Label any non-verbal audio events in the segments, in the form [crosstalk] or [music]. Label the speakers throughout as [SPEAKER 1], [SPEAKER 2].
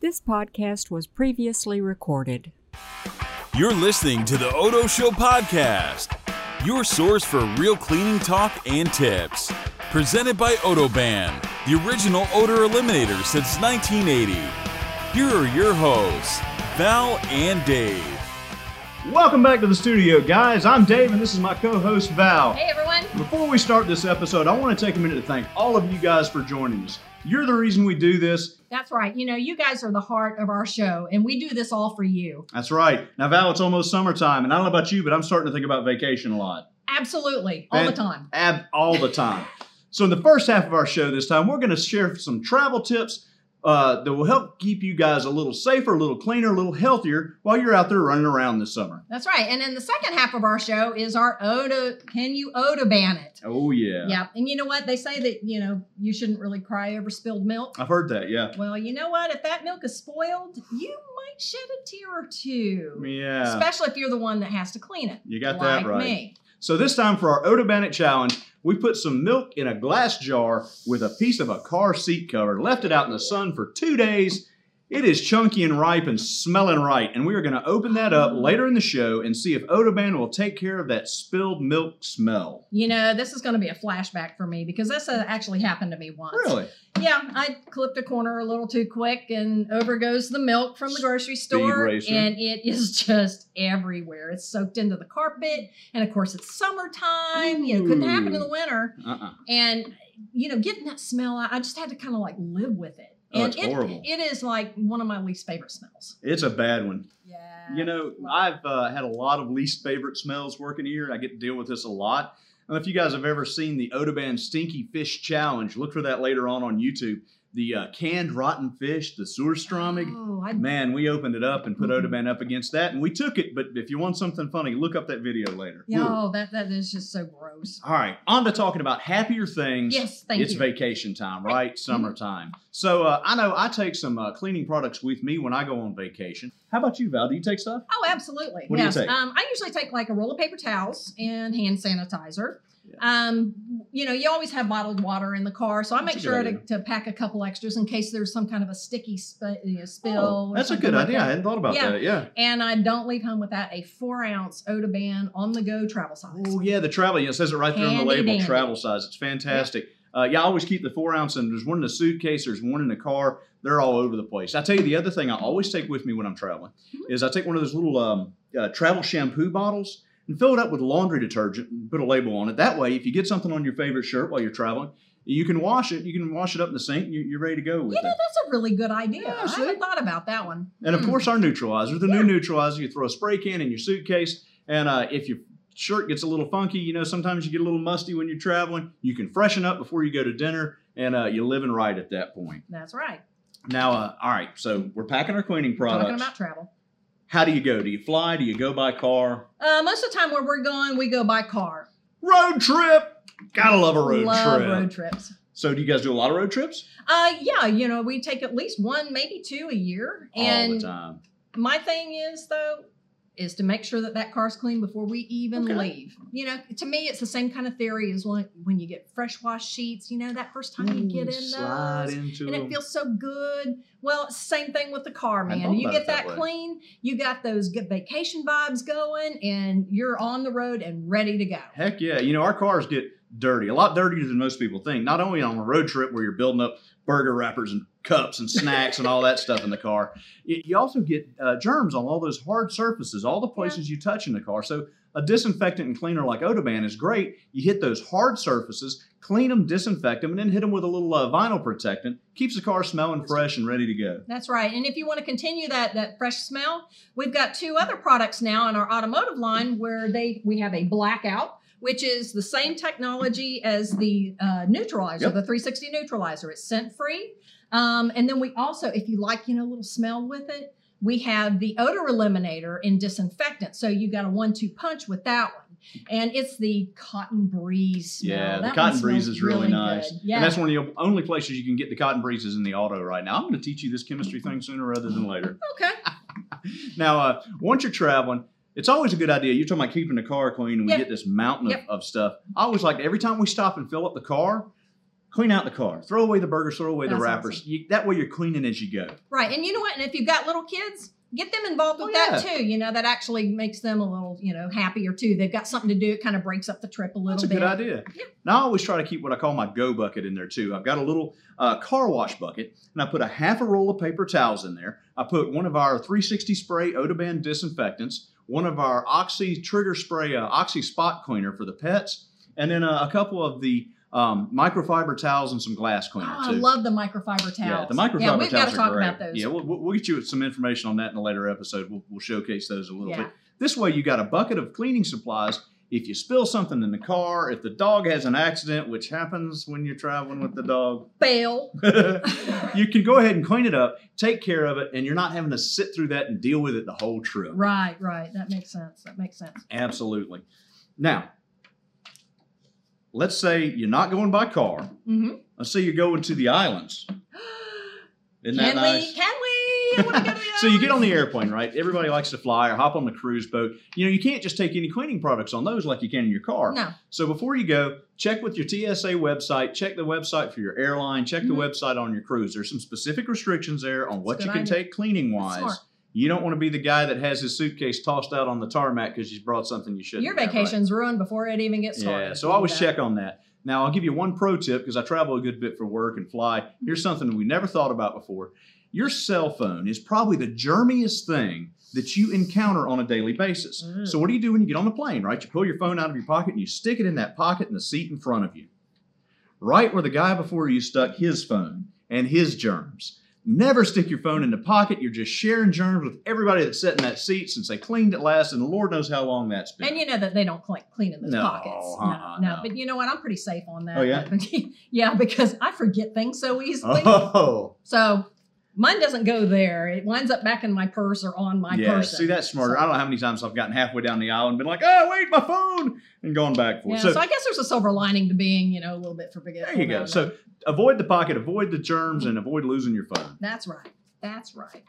[SPEAKER 1] This podcast was previously recorded.
[SPEAKER 2] You're listening to the Odo Show podcast, your source for real cleaning talk and tips. Presented by Odoban, the original odor eliminator since 1980. Here are your hosts, Val and Dave.
[SPEAKER 3] Welcome back to the studio, guys. I'm Dave, and this is my co host, Val.
[SPEAKER 4] Hey everyone.
[SPEAKER 3] Before we start this episode, I want to take a minute to thank all of you guys for joining us. You're the reason we do this.
[SPEAKER 4] That's right. You know, you guys are the heart of our show, and we do this all for you.
[SPEAKER 3] That's right. Now, Val, it's almost summertime, and I don't know about you, but I'm starting to think about vacation a lot.
[SPEAKER 4] Absolutely. All the
[SPEAKER 3] Man,
[SPEAKER 4] time.
[SPEAKER 3] Ab- all the time. so, in the first half of our show this time, we're going to share some travel tips uh, that will help keep you guys a little safer, a little cleaner, a little healthier while you're out there running around this summer.
[SPEAKER 4] That's right. And then the second half of our show is our Oda Can You Oda Ban It?
[SPEAKER 3] Oh, yeah.
[SPEAKER 4] Yeah. And you know what? They say that, you know, you shouldn't really cry over spilled milk.
[SPEAKER 3] I've heard that, yeah.
[SPEAKER 4] Well, you know what? If that milk is spoiled, you might shed a tear or two.
[SPEAKER 3] Yeah.
[SPEAKER 4] Especially if you're the one that has to clean it.
[SPEAKER 3] You got
[SPEAKER 4] like
[SPEAKER 3] that right.
[SPEAKER 4] Me.
[SPEAKER 3] So this time for our Oda Bannock challenge, we put some milk in a glass jar with a piece of a car seat cover, left it out in the sun for two days. It is chunky and ripe and smelling right, and we are going to open that up later in the show and see if Odoban will take care of that spilled milk smell.
[SPEAKER 4] You know, this is going to be a flashback for me because this uh, actually happened to me once.
[SPEAKER 3] Really?
[SPEAKER 4] Yeah, I clipped a corner a little too quick, and over goes the milk from the grocery store,
[SPEAKER 3] racer.
[SPEAKER 4] and it is [laughs] just everywhere. It's soaked into the carpet, and of course, it's summertime. You know, couldn't happen in
[SPEAKER 3] Ooh.
[SPEAKER 4] the winter,
[SPEAKER 3] Uh-uh.
[SPEAKER 4] and you know, getting that smell, I, I just had to kind of like live with it.
[SPEAKER 3] Oh,
[SPEAKER 4] and
[SPEAKER 3] it's
[SPEAKER 4] it,
[SPEAKER 3] horrible.
[SPEAKER 4] it is like one of my least favorite smells.
[SPEAKER 3] It's a bad one.
[SPEAKER 4] Yeah.
[SPEAKER 3] You know, I've uh, had a lot of least favorite smells working here. I get to deal with this a lot. I don't know if you guys have ever seen the Odoban Stinky Fish Challenge. Look for that later on on YouTube. The uh, canned rotten fish, the Surstromig.
[SPEAKER 4] Oh, I,
[SPEAKER 3] Man, we opened it up and put Odoban up against that, and we took it. But if you want something funny, look up that video later.
[SPEAKER 4] yeah,
[SPEAKER 3] Ooh.
[SPEAKER 4] oh, that that is just so gross.
[SPEAKER 3] All right, on to talking about happier things.
[SPEAKER 4] Yes, thank
[SPEAKER 3] it's
[SPEAKER 4] you.
[SPEAKER 3] vacation time, right? Summertime. So uh, I know I take some uh, cleaning products with me when I go on vacation. How about you, Val? Do you take stuff?
[SPEAKER 4] Oh, absolutely.
[SPEAKER 3] What do you
[SPEAKER 4] yes.
[SPEAKER 3] take?
[SPEAKER 4] Um, I usually take like a roll of paper towels and hand sanitizer.
[SPEAKER 3] Yeah.
[SPEAKER 4] Um, you know, you always have bottled water in the car, so I
[SPEAKER 3] That's
[SPEAKER 4] make
[SPEAKER 3] a
[SPEAKER 4] sure
[SPEAKER 3] good
[SPEAKER 4] to, to pack a couple extras in case there's some kind of a sticky sp- uh, you know, spill.
[SPEAKER 3] Oh,
[SPEAKER 4] or
[SPEAKER 3] that's a
[SPEAKER 4] something
[SPEAKER 3] good
[SPEAKER 4] like
[SPEAKER 3] idea. I
[SPEAKER 4] that.
[SPEAKER 3] hadn't thought about
[SPEAKER 4] Yeah.
[SPEAKER 3] that. Yeah.
[SPEAKER 4] And I don't leave home without a four ounce Odaban on the go travel size.
[SPEAKER 3] Oh yeah, the travel. Yeah, it says it right there on the
[SPEAKER 4] Handy
[SPEAKER 3] label.
[SPEAKER 4] dandy.
[SPEAKER 3] Travel size. It's fantastic. Uh, yeah, I always keep the four ounce, and there's one in the suitcase. There's one in the car. They're all over the place. I tell you, the other thing I always take with me when I'm traveling
[SPEAKER 4] Mhm.
[SPEAKER 3] is I take one of those little um, uh, travel shampoo bottles and fill it up with laundry detergent and put a label on it. That way, if you get something on your favorite shirt while you're traveling, you can wash it. You can wash it up in the sink. And you, you're ready to go with
[SPEAKER 4] You know,
[SPEAKER 3] it.
[SPEAKER 4] that's a really good idea.
[SPEAKER 3] Yeah,
[SPEAKER 4] I
[SPEAKER 3] see?
[SPEAKER 4] haven't thought about that one.
[SPEAKER 3] And of
[SPEAKER 4] Hmm.
[SPEAKER 3] course, our neutralizer, the
[SPEAKER 4] Yeah.
[SPEAKER 3] new neutralizer, you throw a spray can in your suitcase. And uh, if your shirt gets a little funky, you know, sometimes you get a little musty when you're traveling, you can freshen up before you go to dinner. And uh, you're living right at that point.
[SPEAKER 4] That's right.
[SPEAKER 3] Now, uh, all right, so we're packing our cleaning
[SPEAKER 4] Talking
[SPEAKER 3] products.
[SPEAKER 4] about travel.
[SPEAKER 3] How do you go? Do you fly? Do you go by car?
[SPEAKER 4] Uh, most of the time where we're going, we go by car.
[SPEAKER 3] Road trip! Gotta love a road
[SPEAKER 4] Love
[SPEAKER 3] trip.
[SPEAKER 4] road trips.
[SPEAKER 3] So, do you guys do a lot of road trips?
[SPEAKER 4] Uh, yeah, you know, we take at least one, maybe two a year. And
[SPEAKER 3] All the time.
[SPEAKER 4] my thing is though, is to make sure that that car's clean before we even
[SPEAKER 3] Okay.
[SPEAKER 4] leave. You know, to me, it's the same kind of theory as when when you get fresh wash sheets. You know, that first time you get in
[SPEAKER 3] Mm, Slide
[SPEAKER 4] those.
[SPEAKER 3] into
[SPEAKER 4] And it
[SPEAKER 3] them.
[SPEAKER 4] feels so good. Well, same thing with the car,
[SPEAKER 3] hadn't
[SPEAKER 4] man.
[SPEAKER 3] thought
[SPEAKER 4] You
[SPEAKER 3] about
[SPEAKER 4] get
[SPEAKER 3] it that
[SPEAKER 4] that,
[SPEAKER 3] way.
[SPEAKER 4] clean, you got those good vacation vibes going, and you're on the road and ready to go.
[SPEAKER 3] Heck yeah. You know, our cars get dirty, a lot dirtier than most people think. Not only on a road trip where you're building up burger wrappers and cups and snacks and all that stuff in the car, you, you also get uh, germs on all those hard surfaces, all the places you touch in the car. So, a disinfectant and cleaner like Odoban is great. You hit those hard surfaces, clean them, disinfect them, and then hit them with a little uh, vinyl protectant. Keeps the car smelling fresh and ready to go.
[SPEAKER 4] That's right. And if you want to continue that that fresh smell, we've got two other products now in our automotive line where they we have a blackout, which is the same technology as the uh, neutralizer,
[SPEAKER 3] Yep.
[SPEAKER 4] the 360 neutralizer. It's scent free. Um, and then we also, if you like, you know, a little smell with it, we have the odor eliminator and disinfectant. So you got a one-two punch with that one. And it's the cotton breeze smell.
[SPEAKER 3] Yeah, the
[SPEAKER 4] That one
[SPEAKER 3] cotton breeze
[SPEAKER 4] smells
[SPEAKER 3] is really,
[SPEAKER 4] good.
[SPEAKER 3] nice.
[SPEAKER 4] Yeah.
[SPEAKER 3] And that's one of the only places you can get the cotton breeze is in the auto right now. I'm going to teach you this chemistry thing sooner rather than later.
[SPEAKER 4] [laughs] okay.
[SPEAKER 3] Now, uh, once you're traveling, it's always a good idea. You're talking about keeping the car clean, and we
[SPEAKER 4] Yeah.
[SPEAKER 3] get this mountain
[SPEAKER 4] Yep.
[SPEAKER 3] of, of stuff. I always like every time we stop and fill up the car, Clean out the car. Throw away the burgers. Throw away the
[SPEAKER 4] That's
[SPEAKER 3] wrappers.
[SPEAKER 4] awesome.
[SPEAKER 3] You, that way you're cleaning as you go.
[SPEAKER 4] Right. And you know what? And if you've got little kids, get them involved with
[SPEAKER 3] Oh,
[SPEAKER 4] that too. You know, that actually makes them a little, you know, happier too. They've got something to do. It kind of breaks up the trip a little
[SPEAKER 3] That's a
[SPEAKER 4] bit.
[SPEAKER 3] good idea.
[SPEAKER 4] Yeah.
[SPEAKER 3] And I always try to keep what I call my go bucket in there too. I've got a little uh, car wash bucket, and I put a half a roll of paper towels in there. I put one of our 360 spray Odoban disinfectants, one of our Oxy trigger spray uh, Oxy spot cleaner for the pets, and then uh, a couple of the um, microfiber towels and some glass
[SPEAKER 4] Oh,
[SPEAKER 3] cleaner
[SPEAKER 4] I
[SPEAKER 3] too.
[SPEAKER 4] love the microfiber towels.
[SPEAKER 3] Yeah, the microfiber
[SPEAKER 4] Yeah, we've
[SPEAKER 3] towels
[SPEAKER 4] got
[SPEAKER 3] are
[SPEAKER 4] to talk
[SPEAKER 3] great.
[SPEAKER 4] about those.
[SPEAKER 3] Yeah, we'll, we'll we'll get you some information on that in a later episode. We'll, we'll showcase those a little
[SPEAKER 4] Yeah.
[SPEAKER 3] bit. This way, you got a bucket of cleaning supplies. If you spill something in the car, if the dog has an accident, which happens when you're traveling with the dog, [laughs]
[SPEAKER 4] Bail.
[SPEAKER 3] you can go ahead and clean it up, take care of it, and you're not having to sit through that and deal with it the whole trip.
[SPEAKER 4] Right, right. That makes sense. That makes sense.
[SPEAKER 3] Absolutely. Now, let's say you're not going by car.
[SPEAKER 4] hmm
[SPEAKER 3] Let's say you're going to the islands. [gasps] Isn't that
[SPEAKER 4] can
[SPEAKER 3] nice?
[SPEAKER 4] we? Can we? I wanna
[SPEAKER 3] [laughs]
[SPEAKER 4] go to the
[SPEAKER 3] so you get on the
[SPEAKER 4] islands.
[SPEAKER 3] airplane, right? Everybody likes to fly or hop on the cruise boat. You know, you can't just take any cleaning products on those like you can in your car.
[SPEAKER 4] No.
[SPEAKER 3] So before you go, check with your TSA website, check the website for your airline, check
[SPEAKER 4] Mhm.
[SPEAKER 3] the website on your cruise. There's some specific restrictions there on what
[SPEAKER 4] That's a
[SPEAKER 3] you
[SPEAKER 4] good
[SPEAKER 3] can
[SPEAKER 4] idea.
[SPEAKER 3] take cleaning
[SPEAKER 4] smart.
[SPEAKER 3] wise. You don't want to be the guy that has his suitcase tossed out on the tarmac because you brought something you shouldn't.
[SPEAKER 4] Your
[SPEAKER 3] have, right?
[SPEAKER 4] vacation's ruined before it even gets started.
[SPEAKER 3] Yeah, so always
[SPEAKER 4] Yeah.
[SPEAKER 3] check on that. Now, I'll give you one pro tip because I travel a good bit for work and fly. Here's something we never thought about before. Your cell phone is probably the germiest thing that you encounter on a daily basis.
[SPEAKER 4] Mm.
[SPEAKER 3] So, what do you do when you get on the plane, right? You pull your phone out of your pocket and you stick it in that pocket in the seat in front of you, right where the guy before you stuck his phone and his germs. Never stick your phone in the pocket. You're just sharing germs with everybody that's sat in that seat since they cleaned it last, and the Lord knows how long that's been.
[SPEAKER 4] And you know that they don't clean, clean in those
[SPEAKER 3] No,
[SPEAKER 4] pockets.
[SPEAKER 3] uh-uh,
[SPEAKER 4] no,
[SPEAKER 3] no.
[SPEAKER 4] But you know what? I'm pretty safe on that.
[SPEAKER 3] Oh, yeah?
[SPEAKER 4] [laughs] yeah, because I forget things so easily.
[SPEAKER 3] [laughs] oh. [laughs]
[SPEAKER 4] So mine doesn't go there. It winds up back in my purse or on my
[SPEAKER 3] yeah,
[SPEAKER 4] person.
[SPEAKER 3] see, that's smarter.
[SPEAKER 4] So-
[SPEAKER 3] I don't know how many times I've gotten halfway down the aisle and been like, "Oh, wait, my phone," and gone back for
[SPEAKER 4] Yeah,
[SPEAKER 3] it.
[SPEAKER 4] so,
[SPEAKER 3] So,
[SPEAKER 4] I guess there's a silver lining to being, you know, a little bit forgetful.
[SPEAKER 3] there you
[SPEAKER 4] about
[SPEAKER 3] go.
[SPEAKER 4] it.
[SPEAKER 3] So avoid the pocket, avoid the germs, and avoid losing your phone.
[SPEAKER 4] that's right. That's right.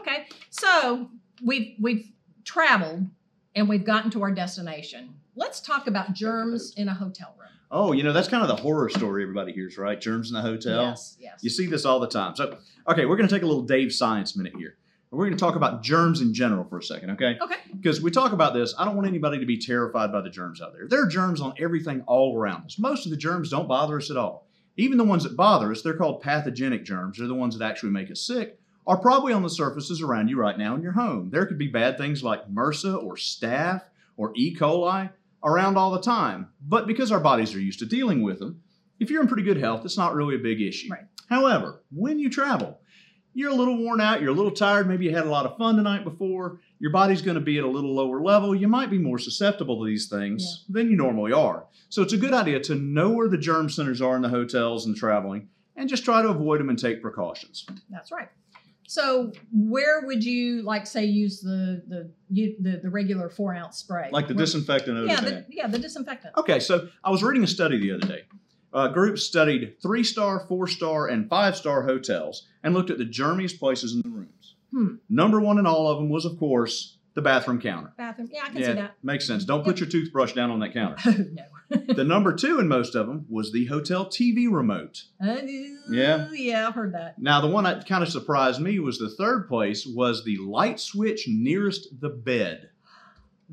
[SPEAKER 4] Okay. So we've we've traveled and we've gotten to our destination. Let's talk about germs in a hotel room.
[SPEAKER 3] Oh, you know that's kind of the horror story everybody hears, right? Germs in the hotel.
[SPEAKER 4] Yes, yes.
[SPEAKER 3] You see this all the time. So, okay, we're going to take a little Dave Science minute here. And we're going to talk about germs in general for a second, okay?
[SPEAKER 4] Okay.
[SPEAKER 3] Because we talk about this, I don't want anybody to be terrified by the germs out there. There are germs on everything all around us. Most of the germs don't bother us at all. Even the ones that bother us, they're called pathogenic germs. They're the ones that actually make us sick, are probably on the surfaces around you right now in your home. There could be bad things like MRSA or staph or E. coli around all the time. But because our bodies are used to dealing with them, if you're in pretty good health, it's not really a big issue.
[SPEAKER 4] Right.
[SPEAKER 3] However, when you travel, you're a little worn out, you're a little tired, maybe you had a lot of fun the night before, your body's going to be at a little lower level, you might be more susceptible to these things than you normally are. So it's a good idea to know where the germ centers are in the hotels and traveling and just try to avoid them and take precautions.
[SPEAKER 4] That's right. So where would you like say use the the you, the, the regular four ounce spray?
[SPEAKER 3] Like the
[SPEAKER 4] Where-
[SPEAKER 3] disinfectant Oh. over
[SPEAKER 4] Yeah, the, yeah, the disinfectant.
[SPEAKER 3] Okay, so I was reading a study the other day. Uh, groups studied three star, four star, and five star hotels and looked at the germiest places in the rooms.
[SPEAKER 4] Hmm.
[SPEAKER 3] Number one in all of them was, of course, the bathroom counter.
[SPEAKER 4] Bathroom. Yeah, I can see that. [laughs]
[SPEAKER 3] makes sense. Don't put your toothbrush down on that counter.
[SPEAKER 4] Oh no.
[SPEAKER 3] the number two in most of them was the hotel TV remote.
[SPEAKER 4] Oh,
[SPEAKER 3] [laughs] Yeah.
[SPEAKER 4] Yeah, I've heard that.
[SPEAKER 3] Now, the one that kind of surprised me was the third place was the light switch nearest the bed.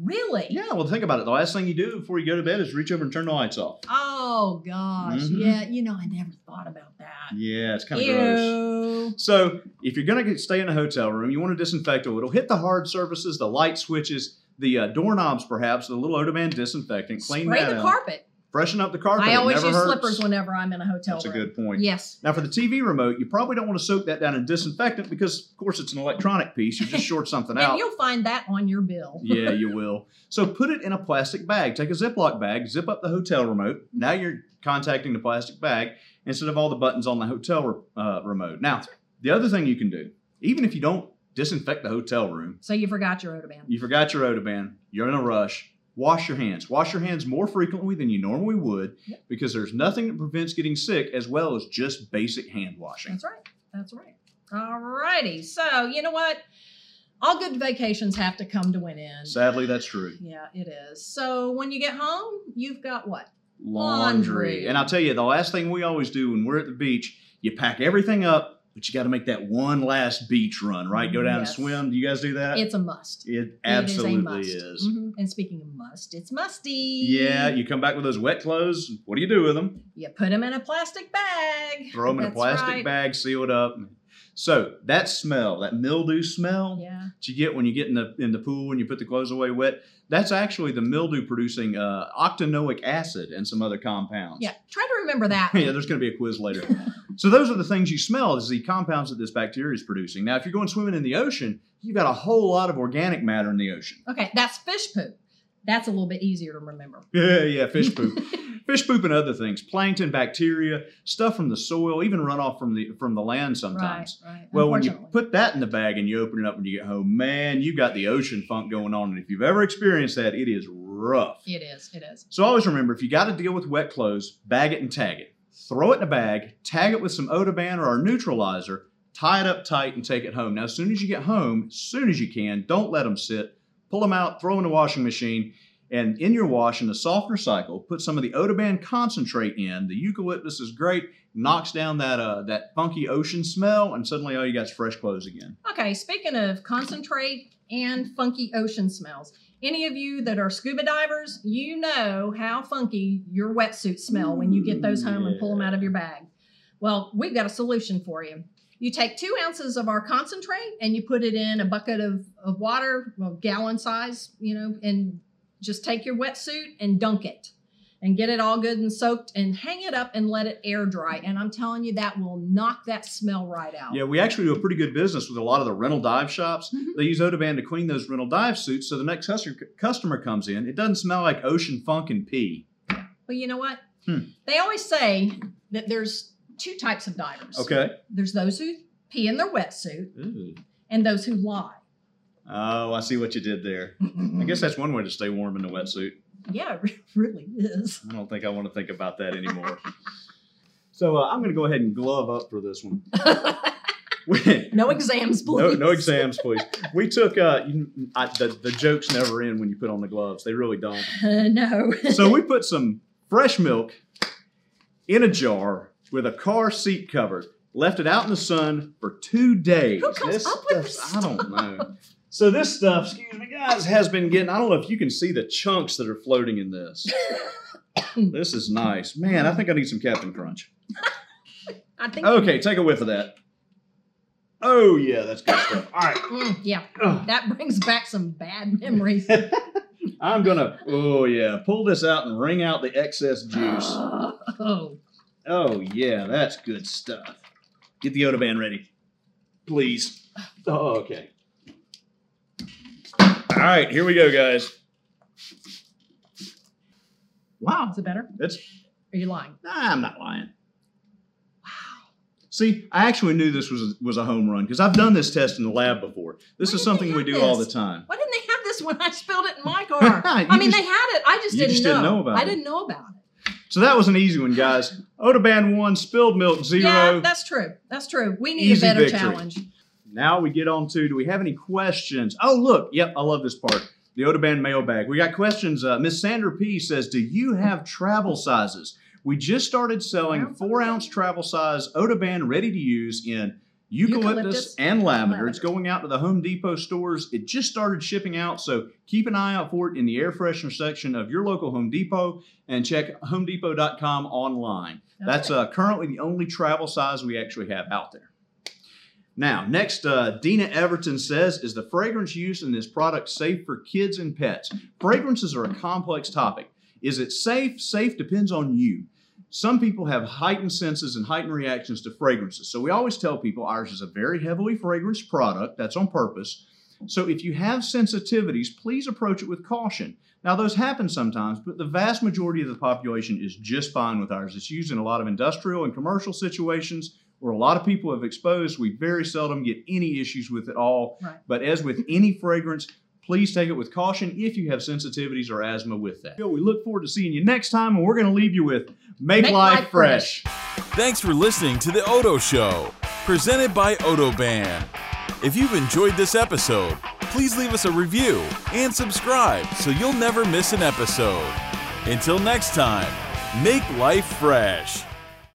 [SPEAKER 4] Really?
[SPEAKER 3] Yeah, well, think about it. The last thing you do before you go to bed is reach over and turn the lights off.
[SPEAKER 4] Oh gosh.
[SPEAKER 3] Mhm.
[SPEAKER 4] Yeah, you know, I never thought about that.
[SPEAKER 3] Yeah, it's kind of
[SPEAKER 4] Ew.
[SPEAKER 3] gross. So if you're going to stay in a hotel room, you want to disinfect it. It'll hit the hard surfaces, the light switches, the uh, doorknobs, perhaps the little Odoman disinfectant. Clean
[SPEAKER 4] Spray
[SPEAKER 3] that
[SPEAKER 4] the
[SPEAKER 3] out.
[SPEAKER 4] carpet.
[SPEAKER 3] Freshen up the carpet.
[SPEAKER 4] I
[SPEAKER 3] It
[SPEAKER 4] always
[SPEAKER 3] never
[SPEAKER 4] use
[SPEAKER 3] hurts.
[SPEAKER 4] slippers whenever I'm in a hotel
[SPEAKER 3] That's a
[SPEAKER 4] room.
[SPEAKER 3] good point.
[SPEAKER 4] Yes.
[SPEAKER 3] Now for the TV remote, you probably don't want to soak that down in disinfectant because, of course, it's an electronic piece. You just short something
[SPEAKER 4] And
[SPEAKER 3] out.
[SPEAKER 4] you'll find that on your bill.
[SPEAKER 3] yeah, you will. So put it in a plastic bag. Take a Ziploc bag, zip up the hotel remote. Now you're contacting the plastic bag instead of all the buttons on the hotel re- uh, remote. Now, the other thing you can do, even if you don't disinfect the hotel room,
[SPEAKER 4] So you forgot your Odoban.
[SPEAKER 3] you forgot your Odoban, you're in a rush, wash your hands. Wash your hands more frequently than you normally would
[SPEAKER 4] Yep.
[SPEAKER 3] because there's nothing that prevents getting sick as well as just basic hand washing.
[SPEAKER 4] That's right. That's right. All righty. So you know what? All good vacations have to come to an end.
[SPEAKER 3] Sadly, that's true.
[SPEAKER 4] Yeah, it is. So when you get home, you've got what? Laundry.
[SPEAKER 3] laundry. And I'll tell you, the last thing we always do when we're at the beach, you pack everything up, but you got to make that one last beach run, right? Go down
[SPEAKER 4] Yes.
[SPEAKER 3] and swim. Do you guys do that?
[SPEAKER 4] It's a must.
[SPEAKER 3] it
[SPEAKER 4] It is a
[SPEAKER 3] Uh, absolutely
[SPEAKER 4] must.
[SPEAKER 3] is.
[SPEAKER 4] Mhm. And speaking of must, it's musty.
[SPEAKER 3] Yeah, you come back with those wet clothes. What do you do with them?
[SPEAKER 4] You put them in a plastic bag.
[SPEAKER 3] Throw them in a
[SPEAKER 4] That's
[SPEAKER 3] plastic
[SPEAKER 4] right.
[SPEAKER 3] bag, seal it up. So that smell, that mildew smell
[SPEAKER 4] Yeah.
[SPEAKER 3] that you get when you get in the in the pool and you put the clothes away wet, that's actually the mildew producing uh, octanoic acid and some other compounds.
[SPEAKER 4] Yeah. Try to remember that.
[SPEAKER 3] [laughs] yeah, there's going to be a quiz later. so those are the things you smell is the compounds that this bacteria is producing. Now, if you're going swimming in the ocean, you've got a whole lot of organic matter in the ocean.
[SPEAKER 4] Okay, that's fish poop. That's a little bit easier to remember.
[SPEAKER 3] Yeah, yeah, fish poop. fish poop and other things, plankton, bacteria, stuff from the soil, even runoff from the from the land
[SPEAKER 4] [laughs] right,
[SPEAKER 3] sometimes.
[SPEAKER 4] right.
[SPEAKER 3] Well, when you
[SPEAKER 4] Unfortunately.
[SPEAKER 3] put that in the bag and you open it up when you get home, man, you got the ocean funk going on. And if you've ever experienced that, it is rough.
[SPEAKER 4] It is, it is.
[SPEAKER 3] So always remember if you got to deal with wet clothes, bag it and tag it. Throw it in a bag, tag it with some Odoban or our neutralizer, tie it up tight and take it home. Now, as soon as you get home, as soon as you can, don't let them sit. Pull them out, throw them in the washing machine, and in your wash in a softener cycle, put some of the Odoban concentrate in. The eucalyptus is great, knocks down that uh, that funky ocean smell, and suddenly all you got is fresh clothes again.
[SPEAKER 4] Okay, speaking of concentrate and funky ocean smells, any of you that are scuba divers, you know how funky your wetsuits smell when you get those home and pull them out of your bag. Well, we've got a solution for you. You take two ounces of our concentrate and you put it in a bucket of, of water, well, gallon size, you know, and just take your wetsuit and dunk it and get it all good and soaked and hang it up and let it air dry. And I'm telling you, that will knock that smell right out.
[SPEAKER 3] Yeah, we actually do a pretty good business with a lot of the rental dive shops.
[SPEAKER 4] Mhm.
[SPEAKER 3] They use Odoban to clean those rental dive suits, so the next customer, customer comes in, it doesn't smell like ocean funk and pee.
[SPEAKER 4] Well, you know what?
[SPEAKER 3] Hmm.
[SPEAKER 4] They always say that there's two types of divers.
[SPEAKER 3] Okay.
[SPEAKER 4] There's those who pee in their wetsuit and those who lie.
[SPEAKER 3] Oh, I see what you did there. I guess that's one way to stay warm in a wetsuit.
[SPEAKER 4] [laughs] Yeah, it re- really is.
[SPEAKER 3] I don't think I want to think about that anymore. so uh, I'm going to go ahead and glove up for this one. We-
[SPEAKER 4] no exams, please.
[SPEAKER 3] Hmm. No, no exams, please. We took uh, you- I, the the jokes never end when you put on the gloves. They really don't.
[SPEAKER 4] Uh, [laughs] no.
[SPEAKER 3] so we put some fresh milk in a jar with a car seat cover. Left it out in the sun for two days.
[SPEAKER 4] Who comes up with this
[SPEAKER 3] stuff- I don't know. So this stuff, excuse me, guys, has been getting. I don't know if you can see the chunks that are floating in
[SPEAKER 4] [coughs]
[SPEAKER 3] this. this is nice, man. I think I need some Captain Crunch.
[SPEAKER 4] I think.
[SPEAKER 3] Okay, take a whiff of that. Oh yeah, that's good stuff. All right,
[SPEAKER 4] Mm, yeah,
[SPEAKER 3] Ugh.
[SPEAKER 4] that brings back some bad memories.
[SPEAKER 3] [laughs] I'm gonna. Oh yeah, pull this out and wring out the excess juice.
[SPEAKER 4] Oh,
[SPEAKER 3] Oh yeah, that's good stuff. Get the Odoban ready, please. Oh okay. All right, here we go, guys. Wow,
[SPEAKER 4] is it better?
[SPEAKER 3] that's
[SPEAKER 4] Are you lying?
[SPEAKER 3] nah, I'm not lying.
[SPEAKER 4] Wow.
[SPEAKER 3] See, I actually knew this was was a home run because I've done this test in the lab before. This
[SPEAKER 4] Why
[SPEAKER 3] is
[SPEAKER 4] did
[SPEAKER 3] something
[SPEAKER 4] they
[SPEAKER 3] we
[SPEAKER 4] have
[SPEAKER 3] do all the
[SPEAKER 4] this?
[SPEAKER 3] time.
[SPEAKER 4] Why didn't they have this when I spilled it in
[SPEAKER 3] [laughs]
[SPEAKER 4] my car? I
[SPEAKER 3] You
[SPEAKER 4] mean,
[SPEAKER 3] just-
[SPEAKER 4] they had it. I just,
[SPEAKER 3] you
[SPEAKER 4] didn't,
[SPEAKER 3] just
[SPEAKER 4] know.
[SPEAKER 3] didn't know about
[SPEAKER 4] I
[SPEAKER 3] it.
[SPEAKER 4] didn't know about it.
[SPEAKER 3] So that was an easy one, guys. Odoban one, spilled milk zero.
[SPEAKER 4] Yeah, that's true. That's true. We need
[SPEAKER 3] Easy
[SPEAKER 4] a better
[SPEAKER 3] victory.
[SPEAKER 4] challenge.
[SPEAKER 3] Now we get on to do we have any questions? Oh, look. Yep, I love this part. The Odoban mailbag. We got questions. Uh, Miss Sandra P says, Do you have travel sizes? We just started selling four ounce travel size Odoban ready to use in eucalyptus,
[SPEAKER 4] Eucalyptus
[SPEAKER 3] and lavender. It's
[SPEAKER 4] lavender.
[SPEAKER 3] going out to the Home Depot stores. It just started shipping out, so keep an eye out for it in the air freshener section of your local Home Depot and check homedepot.com online. That's uh, currently the only travel size we actually have out there. Now, next, uh, Dina Everton says, is the fragrance used in this product safe for kids and pets? Fragrances are a complex topic. Is it safe? Safe depends on you. Some people have heightened senses and heightened reactions to fragrances. So we always tell people ours is a very heavily fragranced product. That's on purpose. So if you have sensitivities, please approach it with caution. Now, those happen sometimes, but the vast majority of the population is just fine with ours. It's used in a lot of industrial and commercial situations where a lot of people have exposed. We very seldom get any issues with it all.
[SPEAKER 4] Right.
[SPEAKER 3] But as with any fragrance, please take it with caution if you have sensitivities or asthma with that. We look forward to seeing you next time, and we're going to leave you with Make,
[SPEAKER 4] Make
[SPEAKER 3] life,
[SPEAKER 4] Life
[SPEAKER 3] fresh.
[SPEAKER 4] Fresh.
[SPEAKER 2] Thanks for listening to The Odo Show, presented by Odoban. If you've enjoyed this episode, please leave us a review and subscribe so you'll never miss an episode. Until next time, Make life fresh.